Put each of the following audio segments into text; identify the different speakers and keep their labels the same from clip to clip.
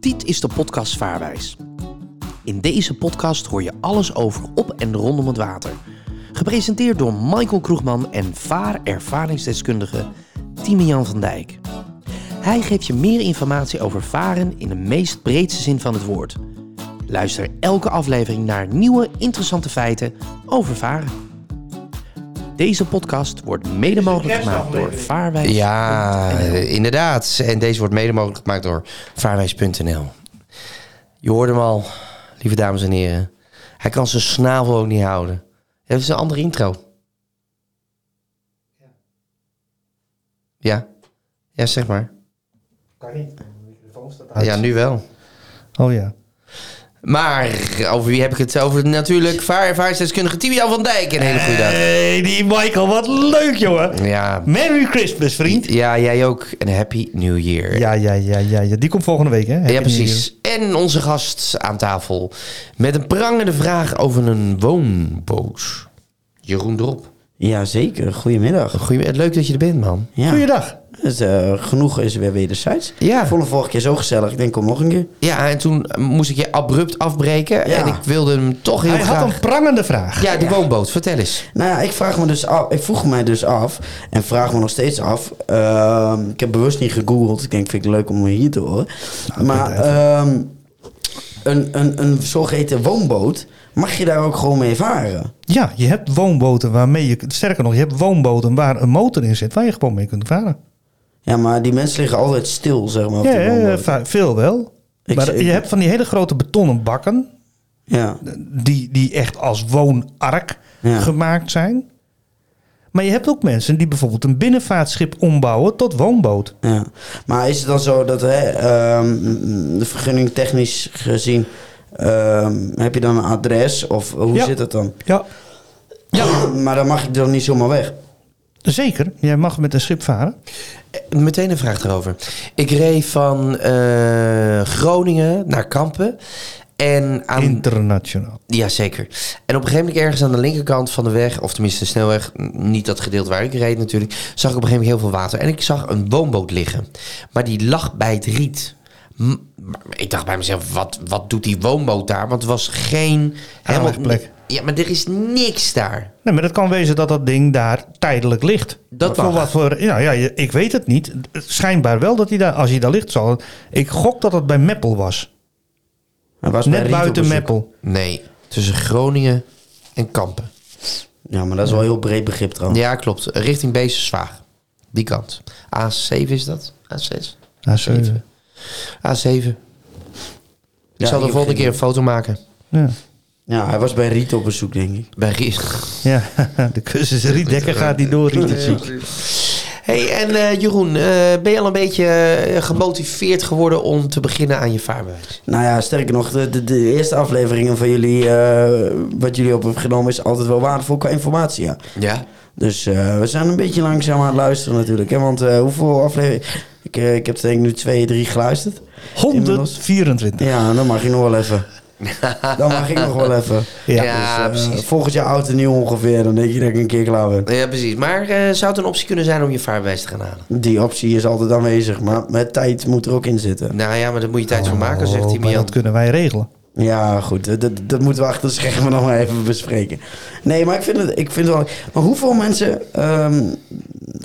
Speaker 1: Dit is de podcast Vaarwijs. In deze podcast hoor je alles over op en rondom het water. Gepresenteerd door Michael Kroegman en vaarervaringsdeskundige Timian van Dijk. Hij geeft je meer informatie over varen in de meest breedste zin van het woord. Luister elke aflevering naar nieuwe interessante feiten over varen. Deze podcast wordt mede mogelijk gemaakt door Vaarwijs.
Speaker 2: Ja, Eh, inderdaad. En deze wordt mede mogelijk gemaakt door vaarwijs.nl. Je hoorde hem al, lieve dames en heren. Hij kan zijn snavel ook niet houden. Dat is een andere intro. Ja. Ja, zeg maar.
Speaker 3: Kan niet. De microfoon staat
Speaker 2: Ah, Ja, nu wel.
Speaker 3: Oh ja.
Speaker 2: Maar over wie heb ik het? Over natuurlijk vaarervaringsdeskundige Timian van Dijk. Een hele goede dag.
Speaker 3: Hey, die Michael, wat leuk jongen.
Speaker 2: Ja,
Speaker 3: Merry Christmas, vriend.
Speaker 2: ja, jij ook. En happy new year.
Speaker 3: Ja, ja, ja, ja, ja. Die komt volgende week, hè? Happy
Speaker 2: ja,
Speaker 3: New Year.
Speaker 2: precies. En onze gast aan tafel met een prangende vraag over een woonboot. Jeroen Drop.
Speaker 4: Jazeker, goedemiddag.
Speaker 2: Goeie, leuk dat je er bent, man.
Speaker 4: Ja.
Speaker 3: Goeiedag.
Speaker 4: Dus, eh, genoeg is weer wederzijds.
Speaker 2: Ja.
Speaker 4: Ik vond hem vorige keer zo gezellig. Ik denk, kom nog een keer.
Speaker 2: Ja, en toen moest ik je abrupt afbreken
Speaker 4: Ja.
Speaker 2: en ik wilde hem toch heel
Speaker 3: Hij
Speaker 2: graag...
Speaker 3: had een prangende vraag.
Speaker 2: Ja, de woonboot. Vertel eens.
Speaker 4: Nou ja, ik, vraag me dus af, ik vroeg mij dus af en vraag me nog steeds af. ehm, ik heb bewust niet gegoogeld. Ik denk, vind ik leuk om hier te horen. maar ehm, een, een, een zogeheten woonboot, mag je daar ook gewoon mee varen?
Speaker 3: Ja, je hebt woonboten waarmee je... Sterker nog, je hebt woonboten waar een motor in zit... waar je gewoon mee kunt varen.
Speaker 4: Ja, maar die mensen liggen altijd stil, zeg maar. op
Speaker 3: Ja,
Speaker 4: die
Speaker 3: ja, ja,
Speaker 4: woonboot.
Speaker 3: va- veel wel.
Speaker 4: Ik
Speaker 3: maar
Speaker 4: zie-
Speaker 3: je hebt van die hele grote betonnen bakken...
Speaker 4: ja.
Speaker 3: die, die echt als woonark
Speaker 4: Ja.
Speaker 3: gemaakt zijn. Maar je hebt ook mensen die bijvoorbeeld een binnenvaartschip ombouwen tot woonboot.
Speaker 4: Ja, maar is het dan zo dat hè, ehm, de vergunning technisch gezien, ehm, heb je dan een adres of hoe
Speaker 3: Ja.
Speaker 4: zit dat dan?
Speaker 3: Ja.
Speaker 4: maar dan mag ik dan niet zomaar weg.
Speaker 3: Zeker, jij mag met een schip varen.
Speaker 2: Eh, Meteen een vraag erover. Ik reed van eh, Groningen naar Kampen. En aan...
Speaker 3: Internationaal.
Speaker 2: Jazeker. En op een gegeven moment ergens aan de linkerkant van de weg, of tenminste de snelweg, n- niet dat gedeelte waar ik reed natuurlijk, zag ik op een gegeven moment heel veel water. En ik zag een woonboot liggen. Maar die lag bij het riet. M- maar Ik dacht bij mezelf, wat, wat doet die woonboot daar? Want het was geen...
Speaker 3: Aanlegplek.
Speaker 2: Ja, maar er is niks daar.
Speaker 3: Nee, maar dat kan wezen dat dat ding daar tijdelijk ligt.
Speaker 2: Dat
Speaker 3: voor
Speaker 2: mag.
Speaker 3: wat voor. Ja, ja, je- ik weet het niet. Schijnbaar wel dat hij daar, als hij daar ligt, zal. het- Ik gok dat dat bij Meppel was.
Speaker 4: Hij was bij
Speaker 3: Net
Speaker 4: Riet op
Speaker 3: buiten
Speaker 4: bezoek.
Speaker 3: Meppel.
Speaker 2: Nee, tussen Groningen en Kampen.
Speaker 4: Ja, maar dat is wel een heel breed begrip trouwens.
Speaker 2: Ja, klopt. Richting Bezenswaag. Die kant. A7 is dat? A6?
Speaker 3: Ah, zo.
Speaker 2: A7. Ik
Speaker 4: Ja,
Speaker 2: zal
Speaker 4: ik
Speaker 2: de
Speaker 4: heb
Speaker 2: volgende
Speaker 4: geen
Speaker 2: keer een foto maken.
Speaker 3: Ja.
Speaker 4: Ja, hij was bij Riet op bezoek, denk ik.
Speaker 2: Bij Rie-
Speaker 3: ja, de cursus Riedekker gaat niet door. Riet is ziek.
Speaker 2: Hey, en eh, Jeroen, eh, ben je al een beetje eh, gemotiveerd geworden om te beginnen aan je vaarbewijs?
Speaker 4: Nou ja, sterker nog, de, de, de eerste afleveringen van jullie, eh, wat jullie op hebben genomen, is altijd wel waardevol qua informatie, ja.
Speaker 2: Ja.
Speaker 4: Dus eh, we zijn een beetje langzaam aan het luisteren natuurlijk. Hè? Want eh, hoeveel afleveringen... Ik, eh, ik heb denk ik nu twee, drie geluisterd.
Speaker 3: 124.
Speaker 4: Ja, dan mag ik nog wel even. Dan mag ik nog wel even.
Speaker 3: Ja.
Speaker 2: Ja,
Speaker 4: Dus, eh,
Speaker 2: precies.
Speaker 4: volgend jaar oud en nieuw ongeveer. Dan denk je dat ik een keer klaar ben.
Speaker 2: Ja, precies. Maar eh, zou het een optie kunnen zijn om je vaarbewijs te gaan halen?
Speaker 4: Die optie is altijd aanwezig. Maar met tijd moet er ook in zitten.
Speaker 2: Nou ja, maar daar moet je tijd voor maken, zegt
Speaker 3: Oh,
Speaker 2: hij
Speaker 3: maar
Speaker 2: Mian.
Speaker 3: dat kunnen wij regelen.
Speaker 4: Ja, goed. eh, Dat, dat, dat moeten we achter de schermen nog maar even bespreken. Nee, maar ik vind het, ik vind het wel... Maar hoeveel mensen ehm,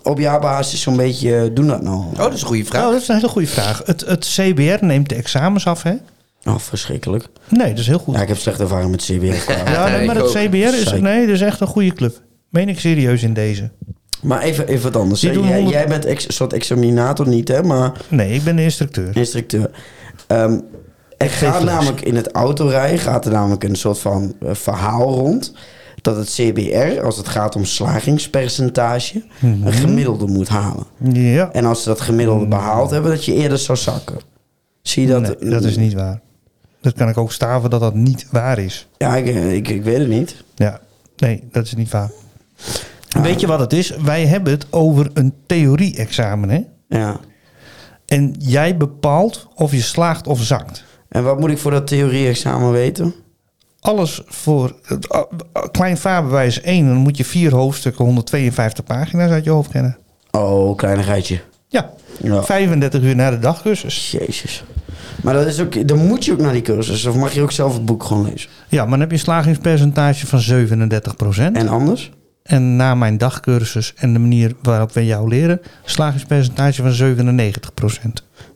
Speaker 4: op jaarbasis zo'n beetje eh, doen dat nou?
Speaker 2: Oh, dat is een goede vraag.
Speaker 3: Nou, dat is een hele goede vraag. Het, het CBR neemt de examens af, hè?
Speaker 4: Oh, verschrikkelijk.
Speaker 3: Nee, dat is heel goed.
Speaker 4: Ja, ik heb slechte ervaring met CBR.
Speaker 3: Ja, nee, maar
Speaker 2: ik
Speaker 3: het
Speaker 2: ook.
Speaker 3: CBR is,
Speaker 4: Zeker.
Speaker 3: nee, dat is echt een goede club. Meen ik serieus in deze?
Speaker 4: maar even, even wat anders.
Speaker 3: Die
Speaker 4: hè.
Speaker 3: doen
Speaker 4: Jij,
Speaker 3: honderd-
Speaker 4: jij bent ex, een soort examinator niet, hè? Maar
Speaker 3: Nee, ik ben de instructeur.
Speaker 4: instructeur. Ehm er gaat
Speaker 3: les.
Speaker 4: namelijk in het autorijden gaat er namelijk een soort van eh, verhaal rond dat het CBR, als het gaat om slagingspercentage,
Speaker 3: Mhm.
Speaker 4: een gemiddelde moet halen.
Speaker 3: Ja,
Speaker 4: En als ze dat gemiddelde
Speaker 3: Mm.
Speaker 4: behaald hebben, dat je eerder zou zakken. Zie je dat?
Speaker 3: nee, dat is niet waar. Dat kan ik ook staven dat dat niet waar is.
Speaker 4: Ja, ik, eh, ik, ik weet het niet.
Speaker 3: Ja, nee, dat is niet waar. Weet je wat het is? Wij hebben het over een theorie-examen, hè?
Speaker 4: Ja.
Speaker 3: En jij bepaalt of je slaagt of zakt.
Speaker 4: En wat moet ik voor dat theorie-examen weten?
Speaker 3: alles voor het a- a- klein vaarbewijs 1. Dan moet je vier hoofdstukken, 152 pagina's uit je hoofd kennen.
Speaker 4: Oh, kleinigheidje.
Speaker 3: Ja,
Speaker 4: Ja.
Speaker 3: 35 uur na de dagcursus.
Speaker 4: Jezus. Maar dat is ook, dan moet je ook naar die cursus. Of mag je ook zelf het boek gewoon lezen.
Speaker 3: Ja, maar dan heb je een slagingspercentage van 37 En,
Speaker 4: En anders?
Speaker 3: na mijn dagcursus en de manier waarop we jou leren, slagingspercentage van 97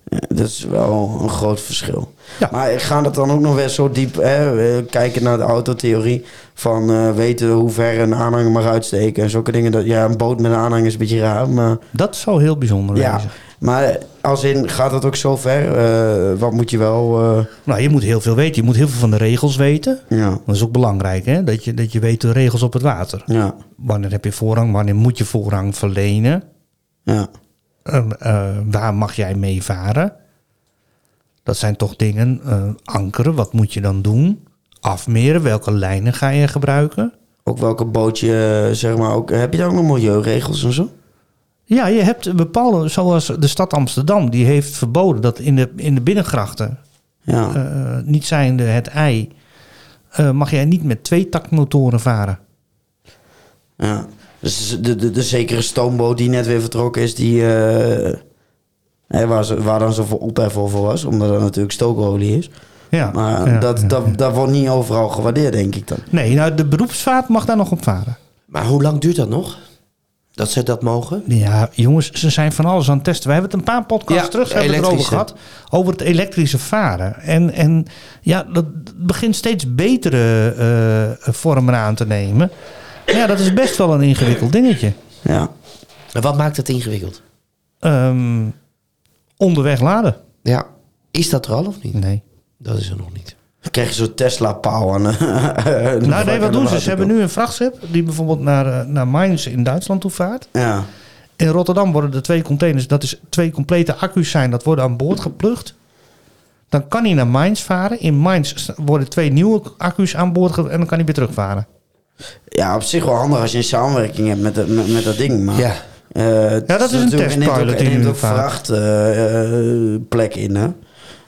Speaker 4: Ja, dat is wel een groot verschil.
Speaker 3: Ja.
Speaker 4: Maar gaan dat dan ook nog weer zo diep hè, eh, kijken naar de autotheorie? Van eh, weten hoe ver een aanhanger mag uitsteken en zulke dingen. Dat, ja, een boot met een aanhanger is een beetje raar, maar...
Speaker 3: Dat is al heel bijzonder
Speaker 4: Ja,
Speaker 3: wezen.
Speaker 4: maar als in, gaat dat ook zo ver? Eh, wat moet je wel... eh,
Speaker 3: Nou, je moet heel veel weten. Je moet heel veel van de regels weten.
Speaker 4: ja,
Speaker 3: Dat is ook belangrijk, hè? Dat, je, dat je weet de regels op het water.
Speaker 4: ja,
Speaker 3: Wanneer heb je voorrang? Wanneer moet je voorrang verlenen?
Speaker 4: ja.
Speaker 3: Ehm, eh, waar mag jij mee varen? Dat zijn toch dingen. eh, ankeren, wat moet je dan doen? Afmeren, welke lijnen ga je gebruiken?
Speaker 4: Ook welke bootje, eh, zeg maar. Ook, heb je daar ook nog milieuregels en zo?
Speaker 3: Ja, je hebt bepaalde, zoals de stad Amsterdam, die heeft verboden dat in de, in de binnengrachten,
Speaker 4: Ja,
Speaker 3: eh, niet zijnde het ei, eh, mag jij niet met twee taktmotoren varen.
Speaker 4: ja. Dus de, de, de zekere stoomboot die net weer vertrokken is, die... eh, hè, waar, ze, waar dan zoveel ophef over was, omdat dat natuurlijk stookolie is.
Speaker 3: Ja,
Speaker 4: Maar
Speaker 3: ja,
Speaker 4: dat,
Speaker 3: ja.
Speaker 4: Dat, dat wordt niet overal gewaardeerd, denk ik dan.
Speaker 3: Nee, nou, de beroepsvaart mag daar nog op varen.
Speaker 2: Maar hoe lang duurt dat nog? Dat ze dat mogen?
Speaker 3: Ja, jongens, ze zijn van alles aan het testen. We hebben het een paar podcasts
Speaker 2: Ja,
Speaker 3: terug hebben we het erover
Speaker 2: elektrische.
Speaker 3: gehad. Over het elektrische varen. En, en ja, dat begint steeds betere eh, vormen aan te nemen. Maar Ja, dat is best wel een ingewikkeld dingetje.
Speaker 4: Ja,
Speaker 2: En wat maakt het ingewikkeld?
Speaker 3: Ehm, onderweg laden?
Speaker 2: Ja. Is dat er al of niet?
Speaker 3: Nee.
Speaker 2: Dat is er nog niet.
Speaker 4: dan krijg je zo'n Tesla-paal aan.
Speaker 3: Nou, nee, wat doen ze? Ze hebben nu een vrachtschip die bijvoorbeeld naar, eh, naar Mainz in Duitsland toe vaart.
Speaker 4: Ja,
Speaker 3: In Rotterdam worden er twee containers, dat is twee complete accu's zijn, dat worden aan boord geplucht. Dan kan hij naar Mainz varen. In Mainz st- worden twee nieuwe accu's aan boord ge- en dan kan hij weer terugvaren.
Speaker 4: ja, op zich wel handig als je een samenwerking hebt met, dat- met, met dat ding. Maar,
Speaker 2: Ja.
Speaker 4: Eh, het
Speaker 3: Ja, dat is een
Speaker 4: natuurlijk-
Speaker 3: testpilot
Speaker 4: en neemt ook-
Speaker 3: die
Speaker 4: en neemt
Speaker 3: nu
Speaker 4: ook
Speaker 3: vaart.
Speaker 4: vrachtplek in, hè?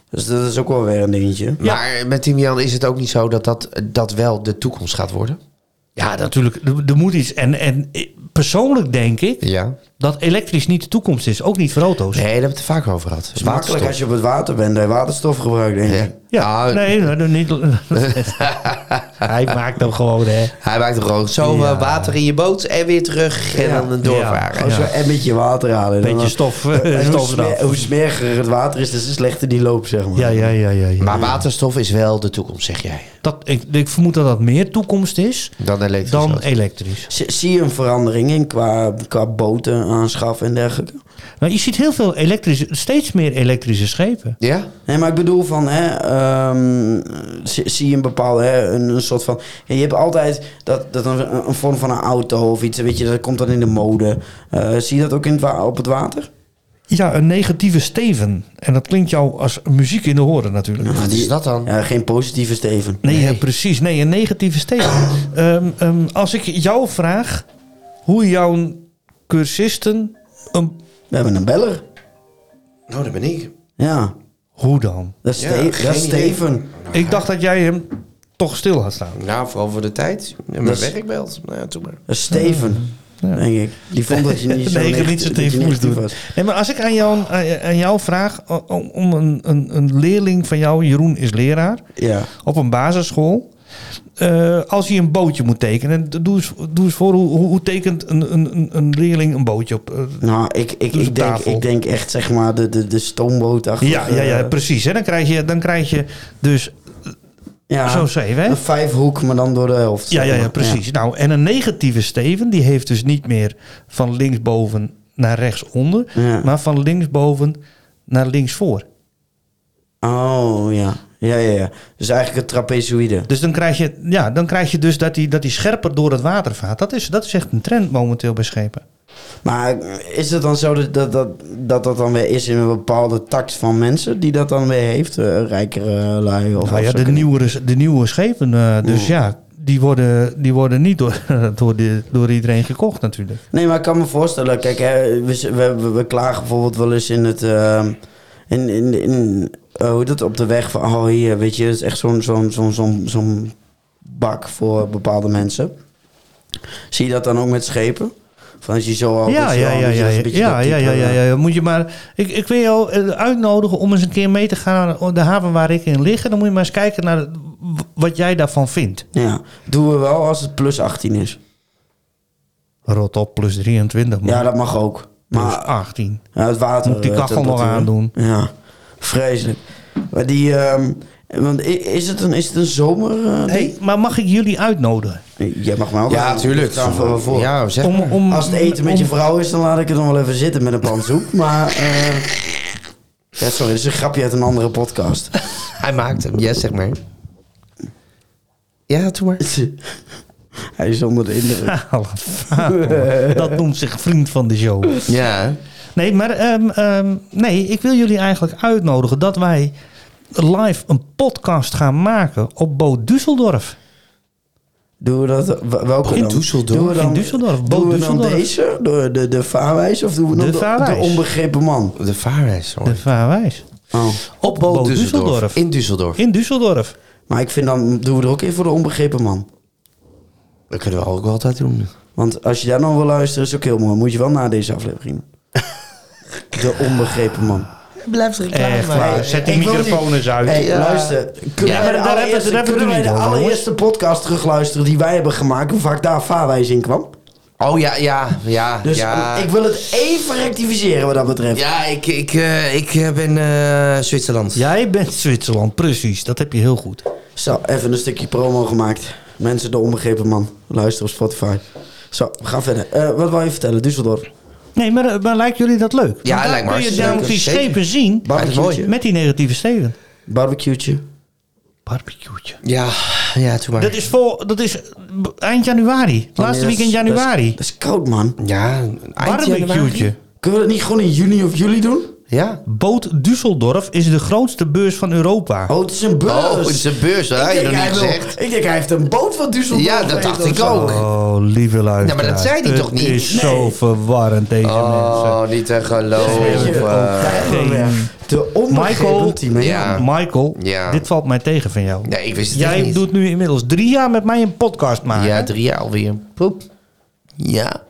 Speaker 4: Dus dat is ook wel weer een dingetje.
Speaker 2: Maar met Timian is het ook niet zo dat dat, dat wel de toekomst gaat worden?
Speaker 3: Ja, natuurlijk. Er, er moet iets. En, en eh, persoonlijk denk ik
Speaker 2: Ja.
Speaker 3: dat elektrisch niet de toekomst is. Ook niet voor auto's.
Speaker 2: Nee, daar hebben we het er vaak over gehad.
Speaker 4: Het is makkelijk als je op het water bent en waterstof gebruikt, denk ik.
Speaker 2: Ja.
Speaker 3: Ja,
Speaker 2: Ah,
Speaker 3: nee, nee, nee, niet. Hij maakt hem gewoon, hè.
Speaker 2: Hij maakt hem gewoon zo
Speaker 3: Ja.
Speaker 2: eh, water in je boot en weer terug en
Speaker 4: Ja.
Speaker 2: dan doorvaren.
Speaker 4: Gewoon
Speaker 3: Ja.
Speaker 4: zo'n emmertje water halen.
Speaker 3: Beetje
Speaker 4: Dan-
Speaker 3: stof, eh,
Speaker 4: En hoe,
Speaker 3: stof
Speaker 4: smer-
Speaker 3: eraf.
Speaker 4: hoe smeriger het water is, des te slechter die loopt, zeg maar.
Speaker 3: Ja, ja, ja, ja. ja.
Speaker 2: Maar waterstof is wel de toekomst, zeg jij.
Speaker 3: Dat, ik, ik vermoed dat dat meer toekomst is
Speaker 2: Dan elektrisch.
Speaker 3: dan
Speaker 2: auto.
Speaker 3: elektrisch.
Speaker 4: Z- Zie je een verandering in qua, qua boten aanschaffen en dergelijke?
Speaker 3: Maar Nou, je ziet heel veel elektrische, steeds meer elektrische schepen.
Speaker 2: Ja?
Speaker 4: Nee, maar ik bedoel van, hè, ehm, zie, zie je een bepaalde, hè, een, een soort van... ja, je hebt altijd dat, dat een, een vorm van een auto of iets, weet je, dat komt dan in de mode. Eh, zie je dat ook in het wa- op het water?
Speaker 3: Ja, een negatieve steven. En dat klinkt jou als muziek in de horen natuurlijk.
Speaker 2: Wat is dat dan?
Speaker 4: Ja, geen positieve steven.
Speaker 3: Nee, hè, precies. Nee, een negatieve steven. Ehm, ehm, als ik jou vraag hoe jouw cursisten... ehm, een-
Speaker 4: We hebben een beller.
Speaker 2: Nou, dat ben ik.
Speaker 4: Ja,
Speaker 3: hoe dan?
Speaker 4: dat is,
Speaker 2: Ja,
Speaker 4: Ste-
Speaker 2: geen
Speaker 4: dat is
Speaker 2: idee.
Speaker 4: Steven.
Speaker 3: Ik dacht dat jij hem toch stil had staan.
Speaker 2: Nou, vooral voor de tijd. En mijn
Speaker 4: Dat is-
Speaker 2: werkbeeld. Nou ja, doe maar.
Speaker 4: Dat is Steven, denk ik. Die vond dat je niet zo
Speaker 3: Nee, ik heb
Speaker 4: negatief-
Speaker 3: niet zo
Speaker 4: dat je
Speaker 3: tegen moest
Speaker 4: negatief
Speaker 3: doen.
Speaker 4: was.
Speaker 3: Nee, maar als ik aan jou, aan- aan jou vraag o- om, een, een, een leerling van jou, Jeroen is leraar,
Speaker 4: Ja.
Speaker 3: op een basisschool. eh, als hij een bootje moet tekenen, d- doe eens, doe eens voor hoe, hoe, hoe tekent een, een, een- een leerling een bootje op. eh,
Speaker 4: Nou, ik, ik,
Speaker 3: Dus
Speaker 4: ik,
Speaker 3: op
Speaker 4: denk,
Speaker 3: tafel.
Speaker 4: ik denk echt, zeg maar, de, de, eh, de stoombootachtige...
Speaker 3: ja, ja, ja, eh, precies. Hè? Dan, krijg je, dan krijg je dus
Speaker 4: ja,
Speaker 3: zo'n zeven. Hè?
Speaker 4: Een vijfhoek, maar dan door de helft.
Speaker 3: Ja, ja,
Speaker 4: zeg
Speaker 3: ja,
Speaker 4: maar.
Speaker 3: precies. Nou, en een negatieve steven, die heeft dus niet meer van linksboven naar rechtsonder,
Speaker 4: Ja.
Speaker 3: maar van linksboven naar linksvoor.
Speaker 4: Oh, ja. Ja, ja, ja. Dus eigenlijk een trapezoïde.
Speaker 3: Dus dan krijg je, ja, dan krijg je dus dat die, dat die scherper door het water vaart. Dat is, dat is echt een trend momenteel bij schepen.
Speaker 4: Maar is het dan zo dat dat, dat, dat dat dan weer is in een bepaalde tact van mensen die dat dan weer heeft? eh, rijkere lui of
Speaker 3: Nou ja,
Speaker 4: of
Speaker 3: de,
Speaker 4: zulke
Speaker 3: nieuwere, de nieuwe schepen, eh, dus ja, die worden, die worden niet door, door, de, door iedereen gekocht natuurlijk.
Speaker 4: Nee, maar ik kan me voorstellen. Kijk, hè, we, we, we- we klagen bijvoorbeeld wel eens in het. ehm, in, in, in, eh, hoe heet dat op de weg van. Oh, hier, weet je, het is echt zo'n zo'n zo'n zo'n zo'n bak voor bepaalde mensen. Zie je dat dan ook met schepen? Van als je zo al
Speaker 3: Ja,
Speaker 4: zo
Speaker 3: ja,
Speaker 4: al-
Speaker 3: ja,
Speaker 4: dus
Speaker 3: ja,
Speaker 4: dat is
Speaker 3: ja,
Speaker 4: een beetje
Speaker 3: ja,
Speaker 4: dat
Speaker 3: ja,
Speaker 4: type,
Speaker 3: ja, ja,
Speaker 4: eh,
Speaker 3: ja. Moet je maar, ik, ik wil jou eh, uitnodigen om eens een keer mee te gaan naar de haven waar ik in lig. En dan moet je maar eens kijken naar w- wat jij daarvan vindt.
Speaker 4: Ja, doen we wel als het plus 18 is.
Speaker 3: Rot op, plus 23, man.
Speaker 4: Ja, dat mag ook.
Speaker 3: plus
Speaker 4: Maar
Speaker 3: 18.
Speaker 4: ja, het water...
Speaker 3: Moet ik die
Speaker 4: eh,
Speaker 3: kachel nog
Speaker 4: temperatuur.
Speaker 3: aandoen?
Speaker 4: Ja, vreselijk. Maar die... ehm, want i- is het een, is het een zomer... eh,
Speaker 3: Hey, maar mag ik jullie uitnodigen?
Speaker 4: ding? Jij mag mij ook
Speaker 2: Ja,
Speaker 4: aan-
Speaker 2: tuurlijk.
Speaker 4: Ik sta voor- voor.
Speaker 2: Ja, zeg
Speaker 3: Om,
Speaker 2: maar.
Speaker 3: om,
Speaker 4: Als het eten met
Speaker 3: om-
Speaker 4: je vrouw is, dan laat ik het nog wel even zitten met een pan soep. Maar... eh, ja, sorry, dit is een grapje uit een andere podcast.
Speaker 2: Hij maakt hem. Ja, zeg maar. Ja, doe maar.
Speaker 4: Hij is onder de indruk.
Speaker 3: Dat noemt zich vriend van de show.
Speaker 2: Ja.
Speaker 3: Nee, maar ehm, ehm, nee, ik wil jullie eigenlijk uitnodigen dat wij live een podcast gaan maken op Boot Düsseldorf.
Speaker 4: Doen we dat? w- Welke
Speaker 2: In
Speaker 4: dan?
Speaker 2: Düsseldorf?
Speaker 4: Doen we dan,
Speaker 3: In Düsseldorf, Bo
Speaker 4: Doen we dan
Speaker 3: Düsseldorf.
Speaker 4: deze? De, de, de vaarwijs? Of doen we
Speaker 3: De
Speaker 4: dan de, de,
Speaker 3: vaarwijs.
Speaker 4: onbegrepen man?
Speaker 2: De vaarwijs, hoor.
Speaker 3: De Vaarwijs.
Speaker 4: Oh.
Speaker 2: Op boot
Speaker 3: Boot
Speaker 2: Düsseldorf.
Speaker 3: Düsseldorf.
Speaker 2: In Düsseldorf.
Speaker 3: In Düsseldorf.
Speaker 4: Maar ik vind dan doen we er ook in voor de onbegrepen man.
Speaker 2: Dat kunnen we ook altijd doen.
Speaker 4: Want als je daar nog wil luisteren, is ook heel mooi. Moet je wel na deze aflevering. de onbegrepen man.
Speaker 2: Blijf er
Speaker 3: Echt waar. Zet die
Speaker 4: Ik wil
Speaker 3: microfoon eens uit.
Speaker 4: hey,
Speaker 2: Ja.
Speaker 4: luister. Kunnen
Speaker 2: Ja, maar
Speaker 4: wij de
Speaker 3: eh, daar hebben we-
Speaker 4: allereerste,
Speaker 3: daar hebben we het
Speaker 4: kunnen wij
Speaker 3: niet
Speaker 4: de
Speaker 3: over, jongens.
Speaker 4: allereerste podcast terugluisteren die wij hebben gemaakt? Hoe vaak daar vaarwijs in kwam?
Speaker 2: Oh ja, ja, ja.
Speaker 4: Dus
Speaker 2: ja.
Speaker 4: eh, ik wil het even rectificeren wat dat betreft.
Speaker 2: Ja, ik, ik, eh, ik eh, ben eh, Zwitserland.
Speaker 3: Jij bent Zwitserland, precies. Dat heb je heel goed.
Speaker 4: Zo, even een stukje promo gemaakt. Mensen, de onbegrepen man. Luister op Spotify. Zo, we gaan verder. Eh, wat wil je vertellen? Düsseldorf.
Speaker 3: Nee, maar, eh, maar lijken jullie dat leuk? Want daar
Speaker 2: lijkt me
Speaker 3: kun
Speaker 2: hartstikke
Speaker 3: je namelijk
Speaker 2: leuk.
Speaker 3: die
Speaker 2: Zeker.
Speaker 3: schepen zien
Speaker 4: Barbecue.
Speaker 3: met die negatieve steven.
Speaker 4: Barbecue.
Speaker 3: Barbecue'tje.
Speaker 2: Ja, ja, doe maar.
Speaker 3: Dat is, vol, dat is eind januari. Het laatste weekend januari.
Speaker 4: Dat is koud, man.
Speaker 2: Ja, een eind
Speaker 3: Barbecue'tje.
Speaker 2: januari.
Speaker 4: Kunnen we dat niet gewoon in juni of juli doen?
Speaker 2: Ja.
Speaker 3: Boot Düsseldorf is de grootste beurs van Europa.
Speaker 4: Oh, het is een beurs.
Speaker 2: Oh, het is een beurs, dat
Speaker 4: Ik
Speaker 2: had je
Speaker 4: denk
Speaker 2: nog niet
Speaker 4: hij wil-
Speaker 2: gezegd.
Speaker 4: Ik denk, hij heeft een boot van Düsseldorf.
Speaker 2: Ja, dat
Speaker 4: heeft
Speaker 2: dacht
Speaker 4: of
Speaker 2: ik
Speaker 4: zo.
Speaker 2: ook.
Speaker 3: Oh, lieve luisteraar.
Speaker 2: Ja, maar dat zei hij toch niet?
Speaker 3: Het is
Speaker 4: Nee.
Speaker 3: zo verwarrend, deze mensen.
Speaker 2: Oh, niet te
Speaker 4: Weet je,
Speaker 2: geloven. Eh,
Speaker 4: daar hebben we
Speaker 3: Geen-
Speaker 4: weer. eh, De onbegrepen
Speaker 3: Michael.
Speaker 4: team. hè?
Speaker 2: Ja.
Speaker 3: Michael,
Speaker 2: Ja.
Speaker 3: dit valt mij tegen van jou.
Speaker 2: Nee, ik wist het echt
Speaker 3: Jij
Speaker 2: niet.
Speaker 3: doet nu inmiddels drie jaar met mij een podcast maken.
Speaker 2: Ja, drie jaar alweer. Poep. Ja.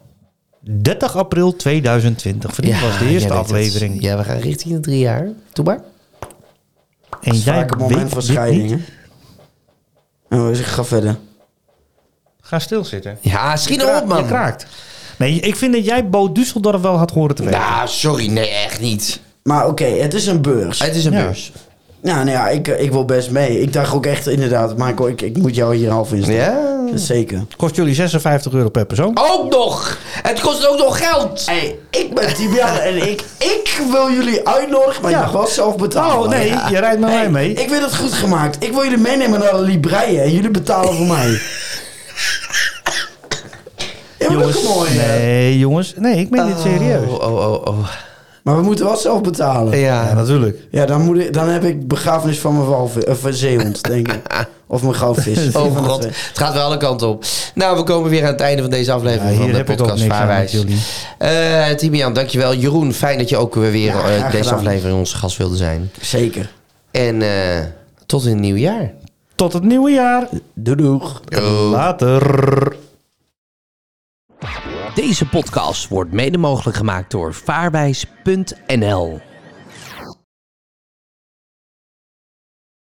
Speaker 3: 30 april 2020. Voor dit
Speaker 2: ja,
Speaker 3: was de
Speaker 2: jij
Speaker 3: eerste
Speaker 2: weet het.
Speaker 3: aflevering.
Speaker 2: Ja, we gaan richting de drie jaar. Doe maar.
Speaker 3: En
Speaker 4: Dat is
Speaker 3: jij
Speaker 4: vaak een moment
Speaker 3: weet
Speaker 4: van
Speaker 3: dit
Speaker 4: scheiding.
Speaker 3: niet.
Speaker 4: hè? Oh, dus ik ga verder.
Speaker 3: Ga stilzitten.
Speaker 2: Ja, schiet nou op,
Speaker 3: Je
Speaker 2: man.
Speaker 3: kraakt. Nee, ik vind dat jij Bo Düsseldorf wel had horen te weten.
Speaker 2: Nou, sorry. Nee, echt niet.
Speaker 4: Maar oké, het is een beurs.
Speaker 2: Het is een
Speaker 3: Ja.
Speaker 2: beurs.
Speaker 4: Nou, nou ja, ik, ik wil best mee. Ik dacht ook echt inderdaad, Michael, ik, ik moet jou hier half in staan.
Speaker 2: Ja.
Speaker 4: Dat is Zeker.
Speaker 3: Kost jullie 56 euro per persoon.
Speaker 2: Ook nog. Het kost ook nog geld.
Speaker 4: Hey, ik ben Tibian en ik, ik wil jullie uitnodigen, maar
Speaker 3: Ja.
Speaker 4: je mag wel zelf betalen.
Speaker 3: Oh, nee, je rijdt met mij mee.
Speaker 4: Ik weet het goed gemaakt. Ik wil jullie meenemen naar de Libreien en jullie betalen voor mij. ja, maar dat is mooi.
Speaker 3: eh,
Speaker 4: hè?
Speaker 3: nee, jongens. Nee, ik meen dit serieus.
Speaker 2: Oh, oh, oh. oh.
Speaker 4: Maar we moeten wel zelf betalen.
Speaker 3: Ja,
Speaker 2: Ja.
Speaker 3: natuurlijk.
Speaker 4: Ja, dan, moet ik, dan heb ik begrafenis van mijn walvis, of een zeehond, denk ik. Of mijn goudvis.
Speaker 2: Oh mijn god, het gaat wel alle kanten op. Nou, we komen weer aan het einde van deze aflevering
Speaker 3: Ja, hier
Speaker 2: van de
Speaker 3: heb ik ook
Speaker 2: podcast
Speaker 3: niks aan
Speaker 2: Vaarwijs.
Speaker 3: met jullie.
Speaker 2: Eh Timian, dankjewel. Jeroen, fijn dat je ook weer
Speaker 4: Ja,
Speaker 2: eh,
Speaker 4: graag
Speaker 2: deze
Speaker 4: gedaan.
Speaker 2: aflevering onze gast wilde zijn.
Speaker 4: Zeker.
Speaker 2: En eh, tot in het nieuwe jaar.
Speaker 3: Tot het nieuwe jaar.
Speaker 4: Doei doeg.
Speaker 3: Later.
Speaker 1: Deze podcast wordt mede mogelijk gemaakt door vaarwijs.nl.